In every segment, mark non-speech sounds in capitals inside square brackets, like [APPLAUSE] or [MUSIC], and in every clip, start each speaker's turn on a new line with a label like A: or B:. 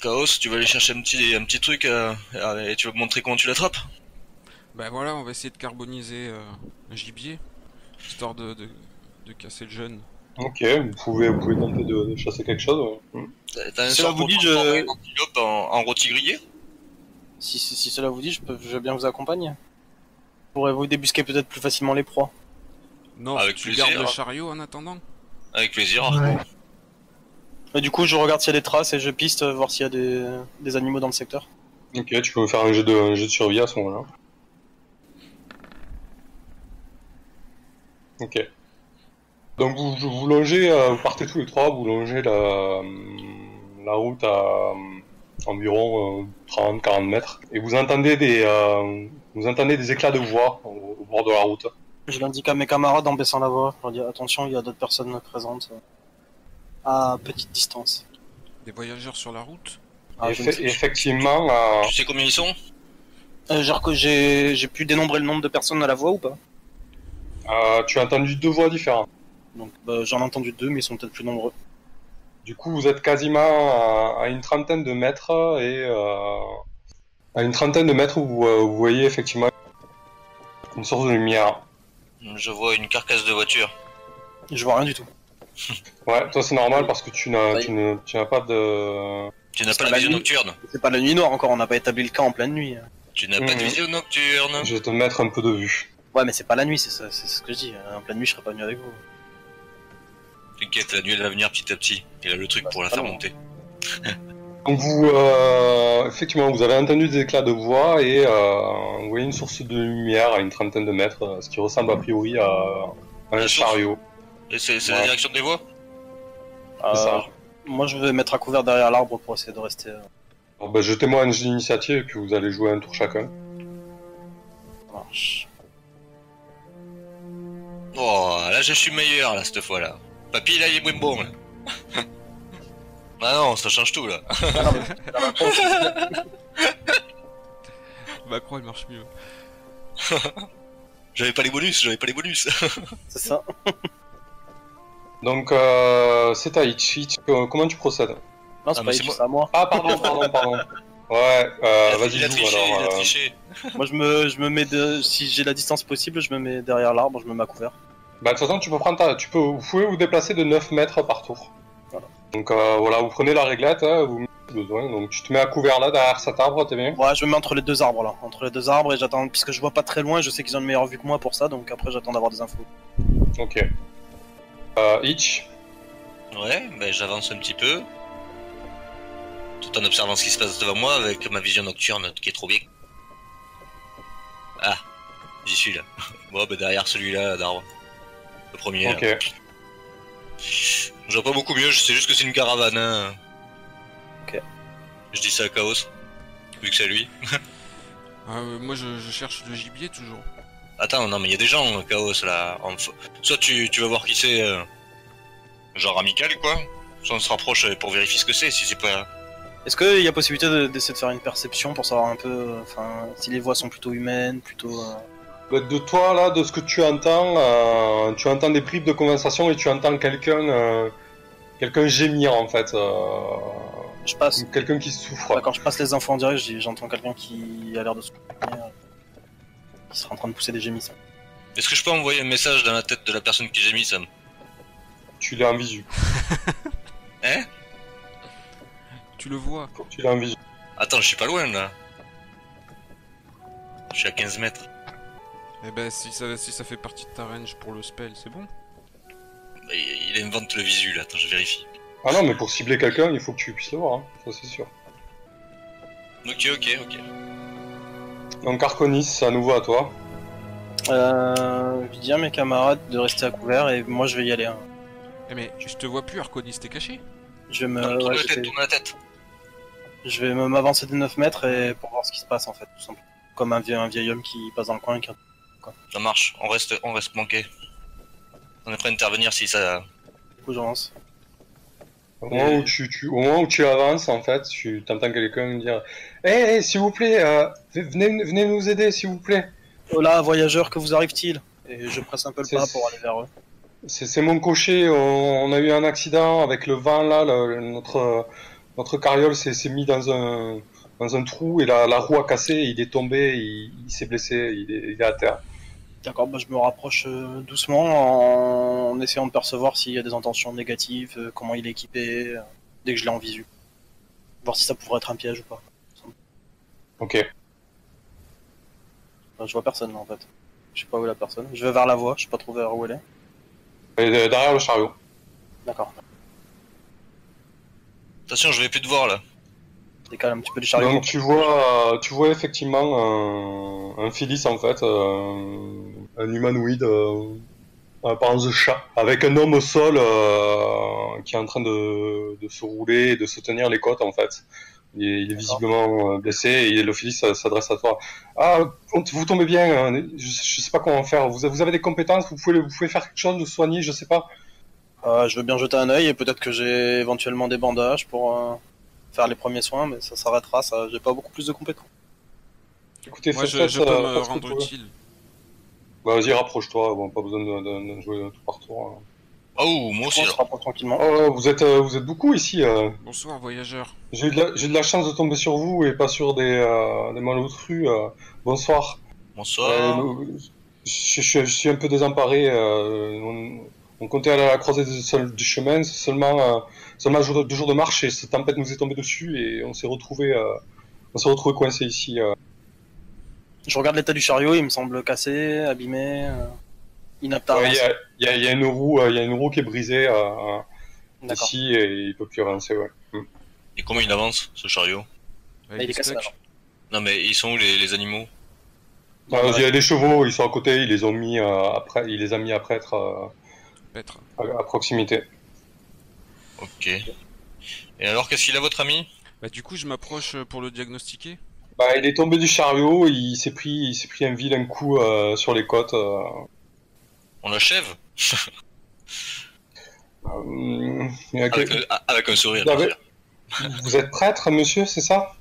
A: Chaos, tu vas aller chercher un petit, un petit truc euh, et tu vas me montrer comment tu l'attrapes
B: Bah voilà, on va essayer de carboniser euh, un gibier, histoire de, de, de casser le jeune.
C: Ok, vous pouvez, vous pouvez tenter de, de chasser quelque chose. ouais.
D: Mm.
A: T'as- T'as un
D: Cela
A: sort
D: vous
A: pour
D: dit,
A: transformer
D: je-
A: une antilope en, en rôti grillé
D: Si, si, si cela vous dit, je peux, je veux bien vous accompagner. Je pourrais vous débusquer peut-être plus facilement les proies.
B: Non,
A: Avec
B: tu
A: plaisir. hein.
B: gardes le chariot en attendant.
A: Avec plaisir.
E: Ouais.
D: Et du coup, je regarde s'il y a des traces et je piste, euh, voir s'il y a des, des animaux dans le secteur.
C: Ok, tu peux me faire un jeu de, un jeu de survie à ce moment-là. Ok. Donc vous, vous- vous longez, euh, vous partez tous les trois, vous longez la, la route à euh, environ 30-40 mètres, et vous entendez des, euh, vous entendez des éclats de voix au, au bord de la route.
D: Je l'indique à mes camarades en baissant la voix. Je leur dis attention, il y a d'autres personnes présentes euh, à petite distance.
B: Des voyageurs sur la route.
D: Ah,
C: Et
D: je ne
C: effe-
D: sais-
C: effectivement, euh,
A: Tu sais combien ils sont
D: Euh, genre que j'ai j'ai pu dénombrer le nombre de personnes à la voix ou pas
C: euh, tu as entendu deux voix différentes.
D: Donc bah, j'en ai entendu deux, mais ils sont peut-être plus nombreux.
C: Du coup, vous êtes quasiment à, à une trentaine de mètres et euh, à une trentaine de mètres, vous, euh, vous voyez effectivement une source de lumière.
A: Je vois une carcasse de voiture.
D: Je vois rien du tout.
C: Ouais, toi c'est normal parce que tu n'as,
D: Oui.
C: tu ne- tu n'as pas de.
A: Tu n'as
D: C'est
A: pas
D: la
A: la vision
D: nuit.
A: nocturne
D: C'est pas la nuit noire encore, on n'a pas établi le cas en pleine nuit.
A: Tu n'as pas de
C: Mhm.
A: vision nocturne
C: Je vais te mettre un peu de vue.
D: Ouais, mais c'est pas la nuit, c'est ça, c'est ce que je dis. Euh, En pleine nuit, je serais pas venu avec vous.
A: T'inquiète, la nuit elle va venir petit à petit. Il a le truc
D: Bah,
A: pour la
D: c'est
C: Ah
A: faire
D: pas
A: monter.
C: Donc vous, euh, effectivement, vous avez entendu des éclats de voix et euh, vous voyez une source de lumière à une trentaine de mètres, euh, ce qui ressemble a priori à un
A: La source.
C: chariot.
A: Et c'est c'est
C: Ouais.
A: la direction des voies
C: C'est ça.
D: Euh, Moi, je vais mettre à couvert derrière l'arbre pour essayer de rester. euh,
C: Alors, bah, jetez-moi un jeu d'initiative et puis vous allez jouer un tour chacun.
A: [LAUGHS]
D: ça marche.
A: Oh, là je suis meilleur là cette fois là. Papy là il est moins bon là. [LAUGHS] ah non, ça change tout là.
D: Ah,
B: Macron, il Bah, marche mieux.
A: J'avais pas les bonus, j'avais pas les bonus.
D: C'est ça.
C: Donc, euh, c'est Taichi. euh, Comment tu procèdes
D: Non, c'est
A: Ah, mais
D: pas
A: c'est
D: Itchy,
A: moi.
D: c'est à moi.
C: Ah, pardon, pardon, pardon. Ouais, euh,
A: Il a- [LAUGHS]
C: vas-y,
A: il a
C: joue
A: triché,
C: alors.
A: il a
C: euh,
A: triché.
D: Moi, je me, je me mets de, si j'ai la distance possible, je me mets derrière l'arbre, je me mets à couvert.
C: Bah, de toute façon, tu peux prendre ta... tu peux... vous pouvez vous déplacer de 9 mètres par tour.
D: Voilà.
C: Donc, euh, voilà, vous prenez la réglette, hein, vous mettez si besoin. Donc, tu te mets à couvert là, derrière cet arbre, t'es bien
D: Ouais, je me mets entre les deux arbres là, entre les deux arbres et j'attends, puisque je vois pas très loin, je sais qu'ils ont une meilleure vue que moi pour ça, donc après j'attends d'avoir des infos.
C: Ok. Euh, Itch,
A: Ouais, ben j'avance un petit peu. Tout en observant ce qui se passe devant moi avec ma vision nocturne qui est trop bien. Ah, j'y suis là. [LAUGHS] Moi, ben derrière celui-là d'arbre. Le premier.
C: ok.
A: là. Je vois pas beaucoup mieux, je sais juste que c'est une caravane. hein.
D: Ok.
A: Je dis ça à Chaos, vu que c'est lui.
B: Ah, euh, moi, je, je cherche le gibier toujours.
A: Attends, non mais il y a des gens, Chaos, là. en f- Soit tu, tu vas voir qui c'est, euh, genre amical, quoi. Soit on se rapproche pour vérifier ce que c'est, si c'est pas...
D: Est-ce qu'il y a possibilité de- d'essayer de faire une perception pour savoir un peu, euh, enfin, si les voix sont plutôt humaines, plutôt. euh,
C: Bah, De toi, là, de ce que tu entends, euh, tu entends des bribes de conversation et tu entends quelqu'un euh, quelqu'un gémir, en fait. euh,
D: Je passe.
C: Quelqu'un qui souffre.
D: Bah, quand je passe les infos en direct, je dis- j'entends quelqu'un qui a l'air de se couper, euh, qui serait en train de pousser des gémissements.
A: Est-ce que je peux envoyer un message dans la tête de la personne qui gémit, Sam
C: Tu l'as en visu.
B: Tu le vois.
C: Tu l'as en visu.
A: Attends, je suis pas loin, là. Je suis à 15 mètres.
B: Eh ben, si ça, si ça fait partie de ta range pour le spell, c'est bon.
A: Mais Il invente le visu, là. Attends, je vérifie.
C: Ah non, mais pour cibler quelqu'un, il faut que tu puisses le voir, hein. ça c'est sûr.
A: Ok, ok, ok.
C: Donc Arconis, c'est à nouveau à toi.
D: Euh, je dis à mes camarades de rester à couvert et moi je vais y aller. hein.
B: Eh mais, je te vois plus, Arconis, t'es caché.
D: Je vais me,
A: Tourne
D: Euh, ouais,
A: la
D: j'étais-
A: tête, tourne la tête.
D: je vais me- m'avancer de 9 mètres et pour voir ce qui se passe en fait, tout simplement. Comme un vieil, un vieil homme qui passe dans le coin. et Qui...
A: Ça marche, on reste, on reste manqué. On est prêt à intervenir si ça...
D: Du coup, j'avance.
C: Au moment où tu, tu- au moment où tu avances, en fait, tu entends quelqu'un dire Hé, hé, s'il vous plaît, euh, v- venez, venez nous aider, s'il vous plaît.
D: Oh là, voyageurs, que vous arrive-t-il Et je presse un peu le
C: C'est-
D: pas pour aller vers eux.
C: C'est c'est mon cocher, on, on a eu un accident avec le vent là, le- le- notre, euh, notre carriole s'est s'est mis dans un, dans un trou et la, la roue a cassé, il est tombé, il, il s'est blessé, il est, il est à terre.
D: D'accord, bah, je me rapproche euh, doucement en essayant de percevoir s'il y a des intentions négatives, euh, comment il est équipé, euh, dès que je l'ai en visu. Voir si ça pourrait être un piège ou pas.
C: Ok.
D: Enfin, Bah, je vois personne là en fait. Je sais pas où est la personne. Je vais vers la voie, je sais pas trop vers où elle est.
C: Et de- euh, derrière le chariot.
D: D'accord.
A: Attention, je vais plus te voir là.
D: Décale un petit peu du chariot.
C: Donc tu vois, euh, tu vois effectivement un, un Phyllis en fait, euh, un humanoïde, euh, apparence de chat, avec un homme au sol euh, qui est en train de, de se rouler et de se tenir les côtes en fait. Il est, il est
D: D'accord.
C: visiblement euh, blessé et le Phyllis euh, s'adresse à toi. Ah, on- vous tombez bien, hein, je, je sais pas comment faire, vous, vous avez des compétences, vous pouvez, vous pouvez faire quelque chose, vous soigner, je sais pas.
D: Euh, je veux bien jeter un œil et peut-être que j'ai éventuellement des bandages pour euh, faire les premiers soins, mais ça s'arrêtera, ça j'ai pas beaucoup plus de compétences.
C: Écoutez,
B: Moi, je,
C: faites-
B: je
C: faites,
B: peux
C: euh,
B: me
C: faites ce que
B: rendre
C: vous pouvez.
B: utile.
C: Bah, Vas-y, rapproche-toi, bon, pas besoin de, de- de jouer tout par tour. hein.
A: Oh, moi aussi
D: On se
A: alors.
D: rapproche tranquillement.
C: Oh, vous êtes, euh, vous êtes beaucoup ici. euh.
B: Bonsoir, voyageur.
C: J'ai eu de, la- j'ai de la chance de tomber sur vous et pas sur des, euh, des malautrus. euh. Bonsoir.
A: Oh.
C: Euh,
A: Bonsoir.
C: nous- je, je- je suis un peu désemparé. euh, on, on comptait aller à la croisée du, sol- du chemin. c'est Seulement, euh, seulement un jour de- deux jours de marche et cette tempête nous est tombée dessus et on s'est retrouvé, on s'est retrouvé coincé ici. euh.
D: Je regarde l'état du chariot, il me semble cassé, abîmé, euh, inapte à
C: Ouais, Il
D: avancer.
C: y, a, il y a- il y a une roue, euh, il y a une roue qui est brisée euh,
D: D'accord.
C: ici et il peut plus avancer. Ouais.
A: Et comment il avance ce chariot
B: Bah,
D: Ah, il est cassé,
B: stuck.
D: alors.
A: Non mais ils sont où les, les animaux
D: Bon,
C: Euh,
D: bah,
C: Il y a des chevaux, ils sont à côté, ils les ont mis euh, après, il les a mis à prêtre. euh,
B: Petre.
C: à, à proximité.
A: Ok. Et alors qu'est-ce qu'il a votre ami
B: Bah, du coup, je m'approche euh, pour le diagnostiquer.
C: Bah, il est tombé du chariot, il s'est pris, il s'est pris un vilain coup euh, sur les côtes. euh.
A: On l'achève
C: Euh, il y a
A: avec,
C: quel-
A: le- avec un sourire.
C: Ah
A: bien
C: ouais.
A: sûr.
C: Vous êtes prêtre, monsieur, c'est ça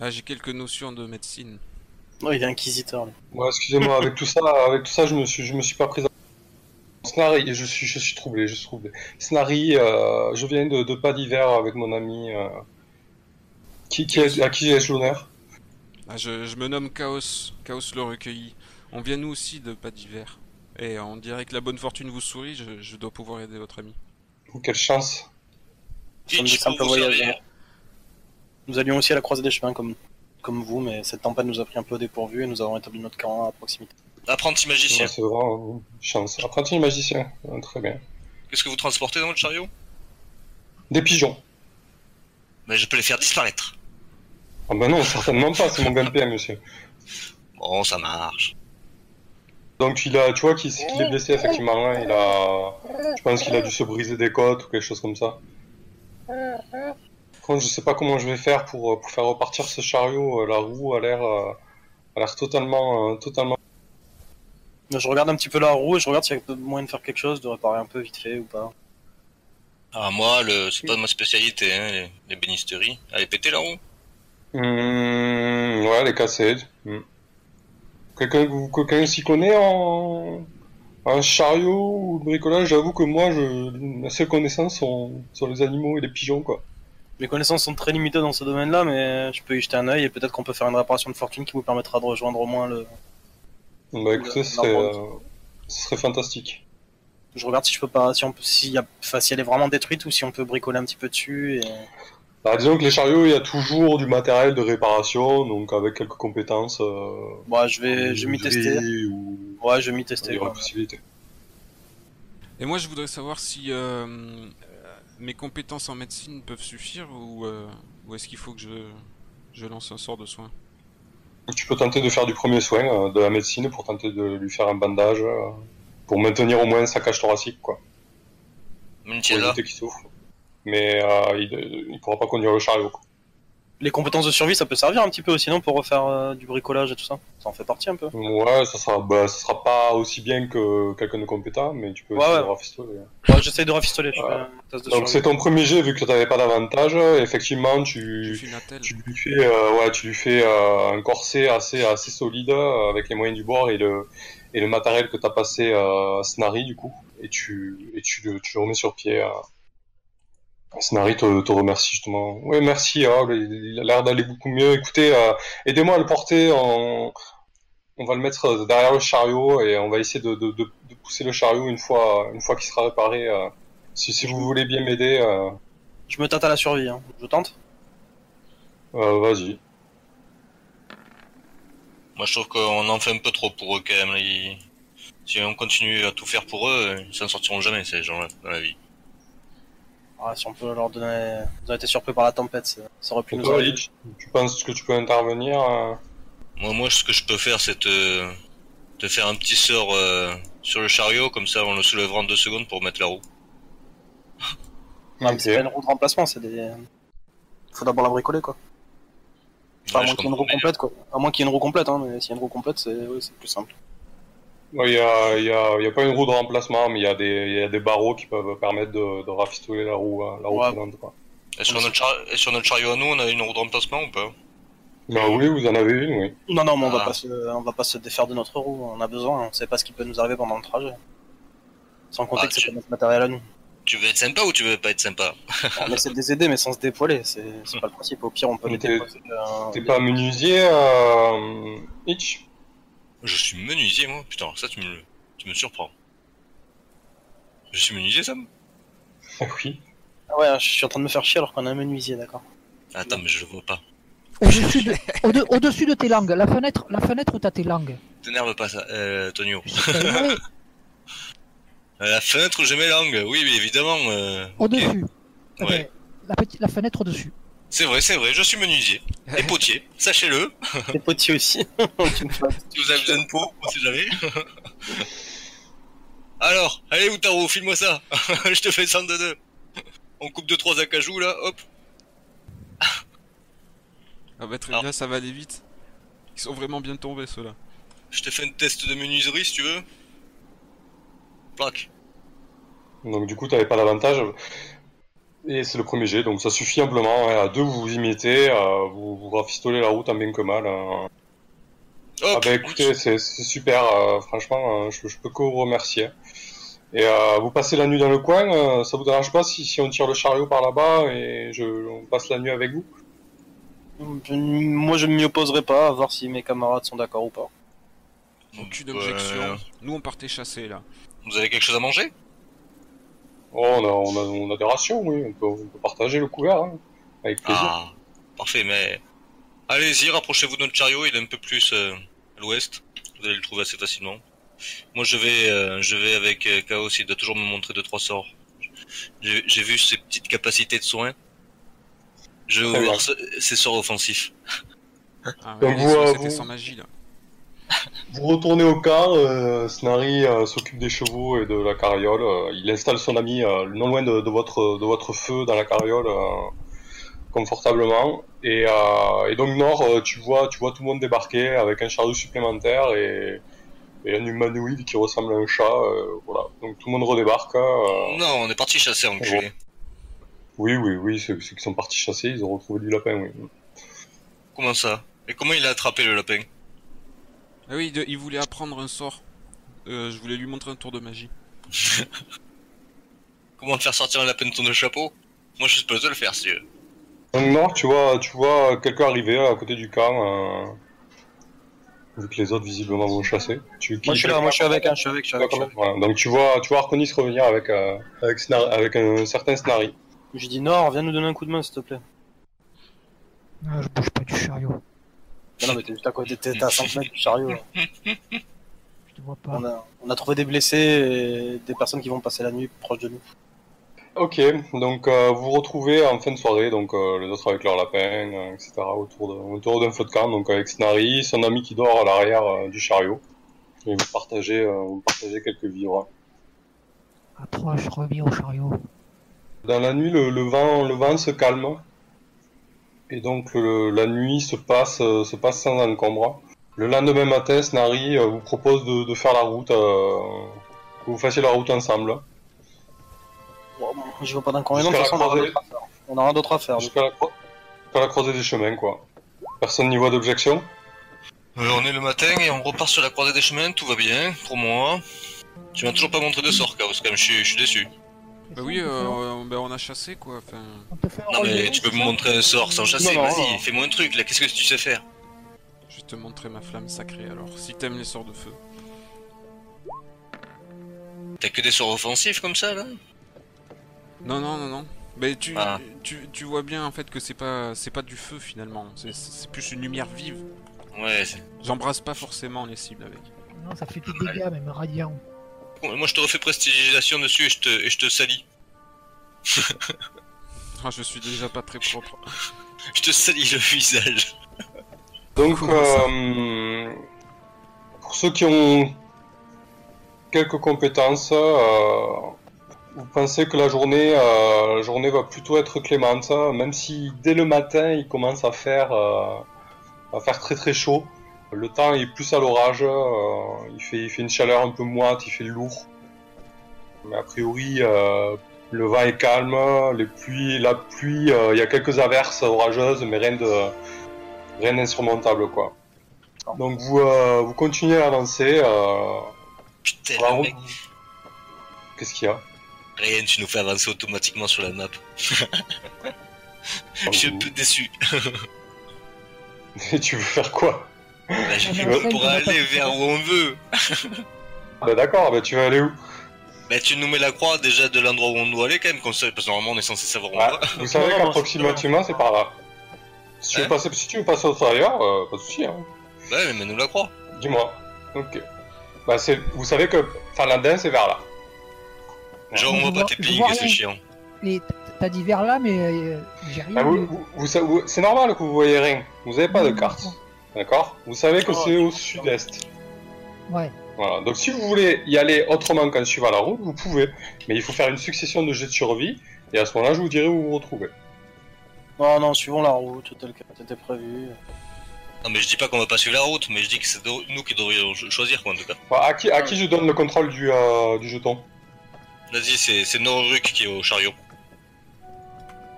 B: Ah, j'ai quelques notions de médecine.
D: Non, Oh, il est inquisiteur. lui.
C: Ouais, excusez-moi, avec tout ça, avec tout ça, je me suis, je me suis pas pris. en- Snarry, je suis, je suis troublé, je suis troublé. Snarry, euh, je viens de, de pas d'hiver avec mon ami. euh, qui, qui est- à qui ai-je l'honneur
B: Ah, je, je me nomme Chaos. Chaos le recueilli. On vient nous aussi de pas d'hiver. Et on dirait que la bonne fortune vous sourit, je, je dois pouvoir aider votre ami.
C: Quelle chance
D: Nous sommes des
A: Ichigo,
D: simples
A: vous savez.
D: voyageurs. Nous allions aussi à la croisée des chemins comme, comme vous, mais cette tempête nous a pris un peu au dépourvu et nous avons établi notre camp à proximité.
A: Apprenti
C: Ouais,
A: magicien.
C: C'est vraiment une chance. Apprenti magicien, Ouais, très bien.
A: Qu'est-ce que vous transportez dans votre chariot
C: Des pigeons.
A: Mais je peux les faire disparaître.
C: Ah ben non, certainement pas, c'est mon gameplay, monsieur.
A: Bon, ça marche.
C: Donc il a, tu vois qu'il qu'il est blessé effectivement, hein, il a, je pense qu'il a dû se briser des côtes ou quelque chose comme ça. Par contre, je sais pas comment je vais faire pour, euh, pour faire repartir ce chariot, euh, la roue a l'air euh, a l'air totalement, euh, totalement...
D: Mais Je regarde un petit peu la roue et je regarde s'il y a peut-être moyen de faire quelque chose, de réparer un peu vite fait ou pas.
A: Ah, moi, le... c'est pas ma spécialité, hein, les, les bénisteries. Allez, péter la roue.
C: Hmm, ouais, elle est cassée. Hmm. Quelqu'un vous- quelqu'un s'y connaît en... Un chariot ou le bricolage, j'avoue que moi, je... ma seule connaissance sont, sont les animaux et les pigeons, quoi.
D: Mes connaissances sont très limitées dans ce domaine-là, mais je peux y jeter un œil et peut-être qu'on peut faire une réparation de fortune qui vous permettra de rejoindre au moins le.
C: Bah écoutez,
D: Le-
C: ce serait,
D: l'arbre.
C: euh, ce serait fantastique.
D: Je regarde si je peux pas, si on peut, si, y a, enfin, si elle est vraiment détruite ou si on peut bricoler un petit peu dessus. Et...
C: Bah, disons que les chariots, il y a toujours du matériel de réparation, donc avec quelques compétences. Euh,
D: Bon, je vais, je vais m'y
C: menuiserie
D: tester.
C: Ou...
D: Ouais, je vais m'y
C: Il
D: tester.
C: y aura
D: quoi.
C: possibilité.
B: Et moi, je voudrais savoir si euh, euh, mes compétences en médecine peuvent suffire ou, euh, ou est-ce qu'il faut que je, je lance un sort de soin
C: Tu peux tenter de faire du premier soin euh, de la médecine pour tenter de lui faire un bandage, euh, pour maintenir au moins sa cage thoracique, quoi. Pour
A: Munchella.
C: éviter qu'il souffre. Mais euh, il ne pourra pas conduire le chariot. quoi.
D: Les compétences de survie, ça peut servir un petit peu aussi, non, pour refaire euh, du bricolage et tout ça. Ça en fait partie un peu.
C: Ouais, ça sera, bah, ça sera pas aussi bien que quelqu'un de compétent, mais tu peux
D: Ouais,
C: essayer de
D: ouais.
C: rafistoler.
D: Ouais, j'essaie de rafistoler. je fais
C: Ouais.
D: un test de
C: Donc
D: survie.
C: c'est ton premier jet, vu que tu n'avais pas d'avantage, euh, effectivement,
B: Je
C: tu,
B: suis Natel.
C: Tu lui fais, euh, ouais, tu lui fais euh, un corset assez, assez solide euh, avec les moyens du bord et le, et le matériel que t'as passé euh, à Snarry du coup, et tu, et tu, le, tu le remets sur pied euh, Snari te, te remercie justement. Oui, merci, hein, il a l'air d'aller beaucoup mieux. Écoutez, euh, aidez-moi à le porter. On, on va le mettre derrière le chariot et on va essayer de, de, de, de pousser le chariot une fois, une fois qu'il sera réparé. euh. si, si vous voulez bien m'aider, euh,
D: Je me tâte à la survie, hein. je tente.
C: euh, vas-y.
A: Moi, je trouve qu'on en fait un peu trop pour eux quand même. Ils- Si on continue à tout faire pour eux, ils s'en sortiront jamais, ces gens-là, dans la vie.
D: Ah, si on peut leur donner. Ils ont été surpris par la tempête, ça, ça aurait pu
C: Et
D: nous
C: toi,
D: arriver.
C: Lich, tu penses que tu peux intervenir euh,
A: Moi, moi, ce que je peux faire, c'est te, te faire un petit sort euh, sur le chariot, comme ça, on le soulèvera en deux secondes pour mettre la roue.
D: C'est pas une roue de remplacement, c'est des. Faut d'abord la bricoler quoi. Enfin, à
A: Ouais, je
D: moins qu'il y ait une
A: comprends, euh,
D: roue complète quoi. À moins qu'il y ait une roue complète, hein, mais s'il y a une roue complète, c'est ouais, c'est plus simple.
C: Ouais, Il y, a, il y, a, il y a pas une roue de remplacement, mais il y, a des- il y a des barreaux qui peuvent permettre de, de rafistoler la roue, euh, la roue
D: Ouais.
C: tournante, quoi.
A: mais- Et sur, notre char- et sur notre chariot à nous, on a une roue de remplacement ou pas
C: Bah oui, vous en avez une, oui.
D: Non, non, mais on, va
A: Ah.
D: pas se... on va pas se défaire de notre roue, on a besoin, hein. on sait pas ce qui peut nous arriver pendant le trajet. Sans compter
A: Ah,
D: que c'est
A: tu-
D: pas notre
A: [LAUGHS]
D: matériel à nous.
A: Tu veux être sympa ou tu veux pas être sympa
D: On essaie de les aider, mais sans se dépoiler, c'est c'est pas le principe. Au pire, on peut
C: Mais
D: les
C: t'es-
D: dépoiler. euh,
C: T'es pas menuisier, euh, Hitch
A: Je suis menuisier, moi. Putain, ça, tu me, tu me surprends. Je suis menuisier, Sam
C: Ah Oui.
D: Ah ouais, je suis en train de me faire chier alors qu'on a un
A: [LAUGHS]
D: menuisier, d'accord.
A: Attends, mais je le vois pas.
E: Au-dessus
A: [LAUGHS]
E: de, au de- au-dessus de tes langues, la fenêtre, la fenêtre où t'as tes langues.
A: T'énerve pas, ça, euh, Tonio.
E: Je
A: [LAUGHS]
E: sais pas, oui,
A: À la fenêtre où j'ai mes langues, oui, mais évidemment. euh, ok.
E: Au-dessus.
A: Ouais.
E: Ouais, La, petite, la fenêtre au-dessus.
A: C'est vrai, c'est vrai, je suis
C: [LAUGHS]
A: menuisier. Et potier, sachez-le.
D: T'es potier aussi. [LAUGHS] Tu me fais-
A: Si vous avez besoin de peau, on sait jamais. [LAUGHS] Alors, allez, Outaro, file-moi ça. [LAUGHS] je te fais 100 de deux. On coupe deux trois acajou là, hop.
B: Ah bah très
A: Alors-
B: bien, ça va aller vite. Ils sont vraiment bien tombés ceux-là.
A: Je te fais un test de menuiserie si tu veux. Plaque.
C: Donc du coup, t'avais pas l'avantage. Et c'est le premier jet, donc ça suffit amplement. hein. À deux, vous vous y mettez, euh, vous, vous rafistolez la roue tant bien que mal. hein.
A: Hop. [LAUGHS]
C: Ah bah écoutez, c'est c'est super, euh, franchement, euh, je, je peux que vous remercier. Et euh, vous passez la nuit dans le coin, euh, ça vous dérange pas si, si on tire le chariot par là-bas et je, on passe la nuit avec vous
D: Je- Moi, je m'y opposerai pas, à voir si mes camarades sont d'accord ou pas.
B: Aucune
A: Ouais.
B: objection.
A: euh,
B: Nous on partait chasser là.
A: Vous avez quelque chose à manger
C: Oh, on a, on, a, on a des rations, oui, on peut, on peut partager le couvert, hein, avec plaisir.
A: Ah, parfait, mais. Allez-y, rapprochez-vous de notre chariot, il est un peu plus euh, à l'ouest. Vous allez le trouver assez facilement. Moi, je vais, euh, je vais avec euh, Chaos, il doit toujours me montrer deux trois sorts. J'ai j'ai vu ses petites capacités de soins. Je vais
C: Très
A: voir
C: bien.
A: ce- ses sorts offensifs.
B: Ah,
C: Donc
B: ouais,
C: vous, euh,
B: ils étaient
C: vous-
B: sans magie là.
C: Vous retournez au camp, euh, Snari euh, s'occupe des chevaux et de la carriole. euh, il installe son ami euh, non loin de, de votre, de votre feu dans la carriole euh, confortablement. Et, euh, et donc Nord, euh, tu vois, tu vois tout le monde débarquer avec un chariot supplémentaire et, et un humanoïde qui ressemble à un chat. euh, voilà. Donc tout le monde redébarque. euh.
A: Non, on est parti chasser, enculé.
C: Oui, oui, oui, ceux, ceux qui sont partis chasser, ils ont retrouvé du lapin, oui.
A: Comment ça Et comment il a attrapé le lapin
B: Ah oui, de- il voulait apprendre un sort. Euh, je voulais lui montrer un tour de magie.
A: Comment faire sortir un lapin de ton chapeau Moi, je peux te le faire, si tu veux.
C: Donc Nord, tu vois, tu vois quelqu'un arriver à côté du camp. euh, vu que les autres visiblement vont chasser. Tu,
D: Moi, je suis là, moi, je suis avec, hein, je suis avec, je suis avec. je suis avec.
C: Voilà, donc tu vois, tu vois Arconis revenir avec, euh, avec, Snar- avec un certain Snari.
D: J'ai dit Nord, viens nous donner un coup de main, s'il te plaît.
E: Ah, je bouge pas du chariot.
D: Non, non, mais t'es juste à côté, t'es t'es à 5 mètres du chariot.
E: Je te vois pas.
D: On a, on a trouvé des blessés et des personnes qui vont passer la nuit proche de nous.
C: Ok, donc euh, vous vous retrouvez en fin de soirée, donc euh, les autres avec leur lapin, euh, etc. autour de- autour d'un feu de camp, donc avec Snari, son ami qui dort à l'arrière euh, du chariot. Et vous partagez, euh, vous partagez quelques vivres.
E: Approche, reviens au chariot.
C: Dans la nuit, le, le vent, le vent se calme. Et donc, le- la nuit se passe, euh, se passe sans encombre. Le lendemain matin, Snari euh, vous propose de, de faire la route, euh, que vous fassiez la route ensemble.
D: Bon, bon, je vois pas d'inconvénient, de toute
C: Jusqu'à
D: façon,
C: la
D: on a rien
C: croisée.
D: d'autre à faire. On a rien d'autre à faire.
C: Jusqu'à la, cro- jusqu'à la croisée des chemins, quoi. Personne n'y voit d'objection
A: Euh, on est le matin et on repart sur la croisée des chemins, tout va bien, pour moi. Tu m'as toujours pas montré de sort, Chaos, quand même, je suis- je suis déçu.
B: Bah oui, euh, on, bah, on a chassé quoi. Enfin,
E: on te fait un
A: Non
E: roll de
A: mais
E: dés,
A: tu peux
E: c'est
A: me
E: ça
A: montrer un sort sans chasser,
D: Oh, Non, non,
A: vas-y,
D: non.
A: fais-moi un truc là, qu'est-ce que tu sais faire
B: je vais te montrer ma flamme sacrée alors. Si t'aimes les sorts de feu.
A: T'as que des sorts offensifs comme ça là
B: Non, non, non, non. Mais tu,
A: Ah.
B: tu, tu vois bien en fait que c'est pas, c'est pas du feu finalement. C'est- C'est c'est plus une lumière vive.
A: Ouais, c'est-
B: J'embrasse pas forcément les cibles avec.
E: Non, ça fait plus de dégâts, même radiant.
A: Bon, Moi je te refais prestigiation dessus et je te, et je te salis.
B: Ah, je suis déjà pas très propre.
A: Je te salis le visage.
C: Donc,
B: Comment ça
C: euh, pour ceux qui ont quelques compétences, euh, vous pensez que la journée, euh, la journée va plutôt être clémente, hein, même si dès le matin il commence à faire, euh, à faire très très chaud. Le temps est plus à l'orage, euh, il, fait, il fait une chaleur un peu moite, il fait lourd. Mais a priori, euh, le vent est calme, les pluies, la pluie, euh, il y a quelques averses orageuses, mais rien de, rien d'insurmontable quoi. Donc vous, euh, vous continuez à avancer. Euh...
A: Putain, le
C: par
A: mec.
C: où- Qu'est-ce qu'il y a
A: Rien, tu nous fais avancer automatiquement sur la map. Je suis un peu déçu.
C: [LAUGHS] Et tu veux faire quoi
A: Bah, j'ai
E: On est
A: dit
E: en train
A: pour
E: de
A: aller
E: repartir.
A: vers où on veut.
C: Bah d'accord, bah tu vas aller où
A: Bah tu nous mets la croix déjà de l'endroit où on doit aller quand même, comme ça, parce que normalement on est censé savoir où on
C: Ah,
A: va.
C: Vous savez
D: Non, non,
C: qu'approximativement c'est par là. Si tu, veux
A: Hein
C: passer, si tu veux passer au travers, euh, pas de soucis, hein.
A: Ouais, mais mets-nous la croix.
C: dis-moi. Ok. Bah c'est, vous savez que Finlandais c'est vers là.
A: Genre
E: Je
A: on voit
E: vois-
A: pas tes
E: je
A: pings,
E: vois
A: c'est
E: rien.
A: chiant.
E: Et t- t'as dit vers là, mais euh, j'ai rien.
C: Bah,
D: Ah
C: vous,
E: vu.
C: vous- vous sa- vous- c'est normal que vous voyez rien. Vous n'avez pas de carte, d'accord Vous savez que
D: Oh,
C: c'est au sud-est.
E: Ouais.
C: Voilà, donc si vous voulez y aller autrement qu'en suivant la route, vous pouvez. Mais il faut faire une succession de jets de survie, et à ce moment-là, je vous dirai où vous vous retrouvez.
D: Non, non, suivons la route telle que c'était prévu.
A: Non mais je dis pas qu'on va pas suivre la route, mais je dis que c'est de- nous qui devrions cho- choisir quoi en tout cas.
C: Enfin, à, qui, à qui je donne le contrôle du, euh, du jeton
A: Vas-y, c'est c'est Noruruk qui est au chariot.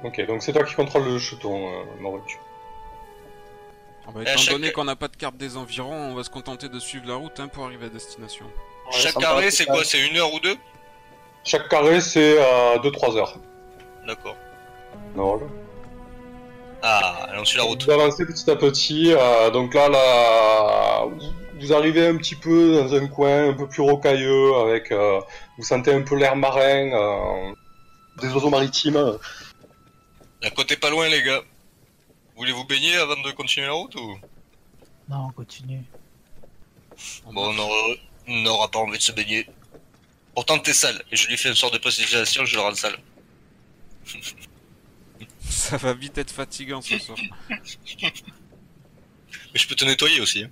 C: Ok, donc c'est toi qui contrôle le jeton, euh, Moruk.
B: Ah bah,
A: Et à
B: étant
A: chaque-
B: donné qu'on n'a pas de carte des environs, on va se contenter de suivre la route hein, pour arriver à destination. [LAUGHS]
A: Chaque carré c'est quoi C'est une heure ou deux
C: Chaque carré, c'est 2-3 heures.
A: D'accord.
C: Non,
A: Ah, allons sur la route.
C: Vous avancez petit à petit, euh, donc là, là, vous arrivez un petit peu dans un coin un peu plus rocailleux, avec, euh, vous sentez un peu l'air marin, euh, des oiseaux maritimes.
A: La côte est pas loin les gars. Voulez-vous baigner avant de continuer la route ou
E: Non, on continue.
B: On
A: Bon,
B: marche.
A: on aura- on n'aura pas envie de se baigner. Pourtant, t'es sale. Et je lui fais une sorte de précipitation, je le rends sale.
B: Ça va vite être fatigant ce soir. [LAUGHS]
A: Mais je peux te nettoyer aussi. hein,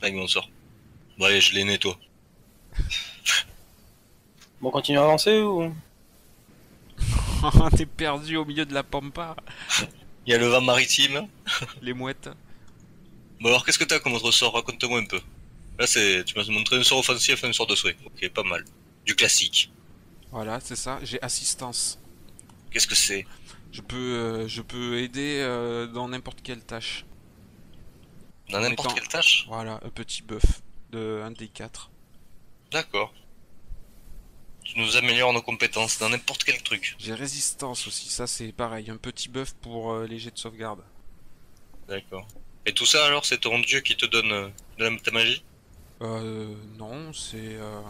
A: Avec mon sort. Bon, allez, je les nettoie.
D: Bon, on continue à avancer ou
B: T'es perdu au milieu de la pampa,
A: Il y a le vent maritime.
B: les mouettes.
A: Bon, alors, qu'est-ce que t'as comme autre sort Raconte-moi un peu. Là, c'est, tu m'as montré un sort offensif, un sort de souhait. Ok, pas mal. Du classique.
B: Voilà, c'est ça. J'ai assistance.
A: Qu'est-ce que c'est
B: Je peux, euh, je peux aider euh, dans n'importe quelle tâche.
A: Dans n'importe
B: Étant-
A: quelle tâche
B: Voilà, un petit buff de 1 des 4.
A: D'accord. Tu nous améliores nos compétences dans n'importe quel truc.
B: J'ai résistance aussi, ça c'est pareil, un petit buff pour euh, les jets de sauvegarde.
A: D'accord. Et tout ça, alors, c'est ton dieu qui te donne euh, de la- ta magie
B: Euh, non, c'est... Euh,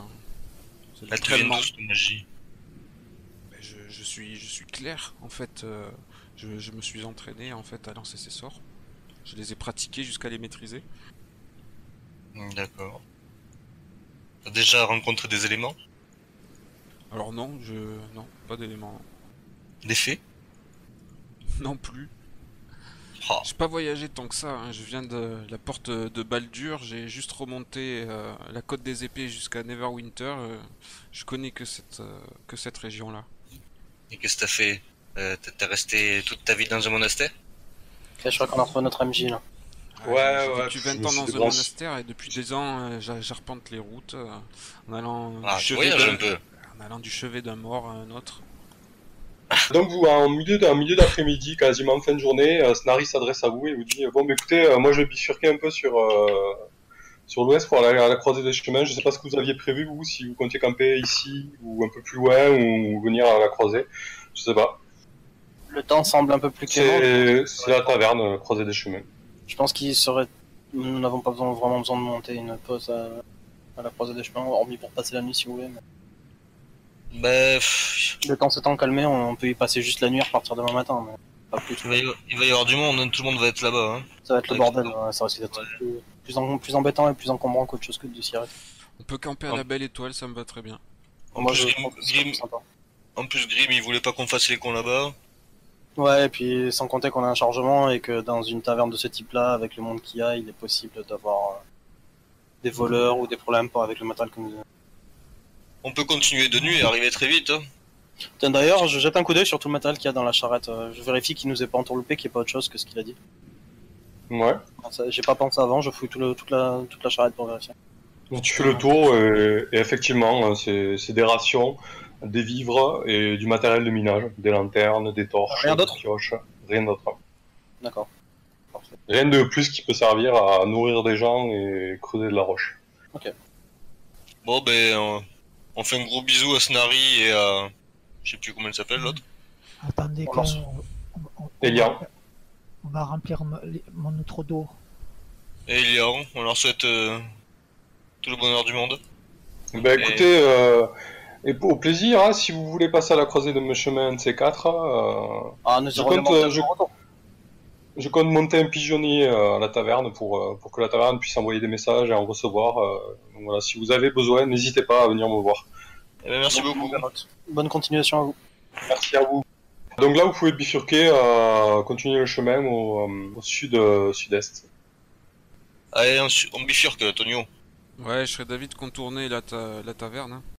B: c'est
A: Là,
B: du
A: tu viens de
B: traitement.
A: toute magie.
B: Mais je, je suis, je suis clair, en fait. euh, je, je me suis entraîné, en fait, à lancer ces sorts. Je les ai pratiqués jusqu'à les maîtriser.
A: Hmm, D'accord. T'as déjà rencontré des éléments
B: Alors non, je... Non, pas d'éléments.
A: Des faits
B: Non plus.
A: Oh,
B: J'ai pas voyagé tant que ça, hein. je viens de la porte de Baldur, j'ai juste remonté euh, la côte des épées jusqu'à Neverwinter, euh, je connais que cette, euh, que cette région-là.
A: Et qu'est-ce que t'as fait Euh, T'es t'es resté toute ta vie dans un monastère
D: Ok, Je crois qu'on a retrouvé notre MJ là.
C: Ouais, ouais,
B: J'ai vécu 20
C: je me
B: ans
C: suis
B: dans un
C: débranché.
B: monastère et depuis deux ans euh, j'a- j'arpente les routes euh, en, allant,
A: Ah,
B: du
A: tu
B: chevet
A: voyages
B: d'un-
A: un peu.
B: en allant du chevet d'un mort à un autre.
C: Donc vous, en milieu d'un milieu d'après-midi, quasiment fin de journée, euh, Snarry s'adresse à vous et vous dit euh, bon, bah, écoutez, euh, moi je vais bifurquer un peu sur euh, sur l'ouest pour aller à la croisée des chemins. Je sais pas ce que vous aviez prévu, vous, si vous comptiez camper ici ou un peu plus loin ou venir à la croisée. Je sais pas.
D: Le temps semble un peu plus clément.
C: C'est c'est la taverne, euh, croisée des chemins.
D: Je pense qu'il serait. Nous n'avons pas besoin, vraiment besoin de monter une pause à, à la croisée des chemins, hormis pour passer la nuit si vous voulez. mais
A: Bah, pff,
D: Le temps s'étant calmé, on, on peut y passer juste la nuit à partir demain matin. Mais pas plus.
A: il va y avoir- il va y avoir du monde, hein, tout le monde va être là-bas. hein.
D: Ça va être le
A: Ouais,
D: bordel,
A: clairement.
D: ouais, ça risque d'être plus, plus en- plus embêtant et plus encombrant qu'autre chose que de s'y arrêter.
B: On peut camper à la belle étoile, ça me va très bien.
A: En,
D: Moi,
A: plus,
D: je
A: Grim,
D: pense que c'est
A: Grim-
D: sympa.
A: en plus, Grim, il voulait pas qu'on fasse les cons là-bas.
D: Ouais, et puis sans compter qu'on a un chargement et que dans une taverne de ce type-là, avec le monde qu'il y a, il est possible d'avoir euh, des voleurs ou des problèmes pour- avec le matériel que nous avons.
A: On peut continuer de nuit et arriver très vite. hein.
D: Tiens, D'ailleurs, je jette un coup d'œil sur tout le matériel qu'il y a dans la charrette. euh, Je vérifie qu'il nous est pas entourloupé, qu'il n'y ait pas autre chose que ce qu'il a dit.
C: Ouais.
D: Ça, J'ai pas pensé avant, je fouille tout le- toute, la, toute la charrette pour vérifier.
C: Donc, tu fais le tour et, et effectivement, euh, c'est c'est des rations, des vivres et du matériel de minage, des lanternes, des torches,
D: Rien
C: des
D: d'autre
C: pioches, rien d'autre.
D: D'accord. Parfait.
C: Rien de plus qui peut servir à nourrir des gens et creuser de la roche.
A: Bon, ben, on- on fait un gros bisou à Snari et à. Je sais plus comment elle s'appelle l'autre.
E: Attendez,
D: On
E: qu'on-
D: lance.
E: on- on-
C: Elian.
E: on va remplir mon- les- mon outre d'eau.
A: Et Elian, on leur souhaite euh, tout le bonheur du monde.
C: Ben écoutez, euh, et pour- au plaisir, hein, si vous voulez passer à la croisée de mes chemins de ces quatre, euh,
D: Ah, nous
C: Je
D: y reviendrons
C: compte, euh,
D: peut-être
C: je-
D: en retour.
C: je compte monter un pigeonnier euh, à la taverne pour, euh, pour que la taverne puisse envoyer des messages et en recevoir. euh, donc voilà, si vous avez besoin, n'hésitez pas à venir me voir.
A: Eh ben, merci beaucoup.
D: Bonne continuation à vous.
C: Merci à vous. Donc là, vous pouvez bifurquer, euh, continuer le chemin au, euh, au sud, euh, sud-est.
A: Allez, on, su- on bifurque, Tonio.
B: Ouais, je serais d'avis de contourner la, ta- la taverne. hein.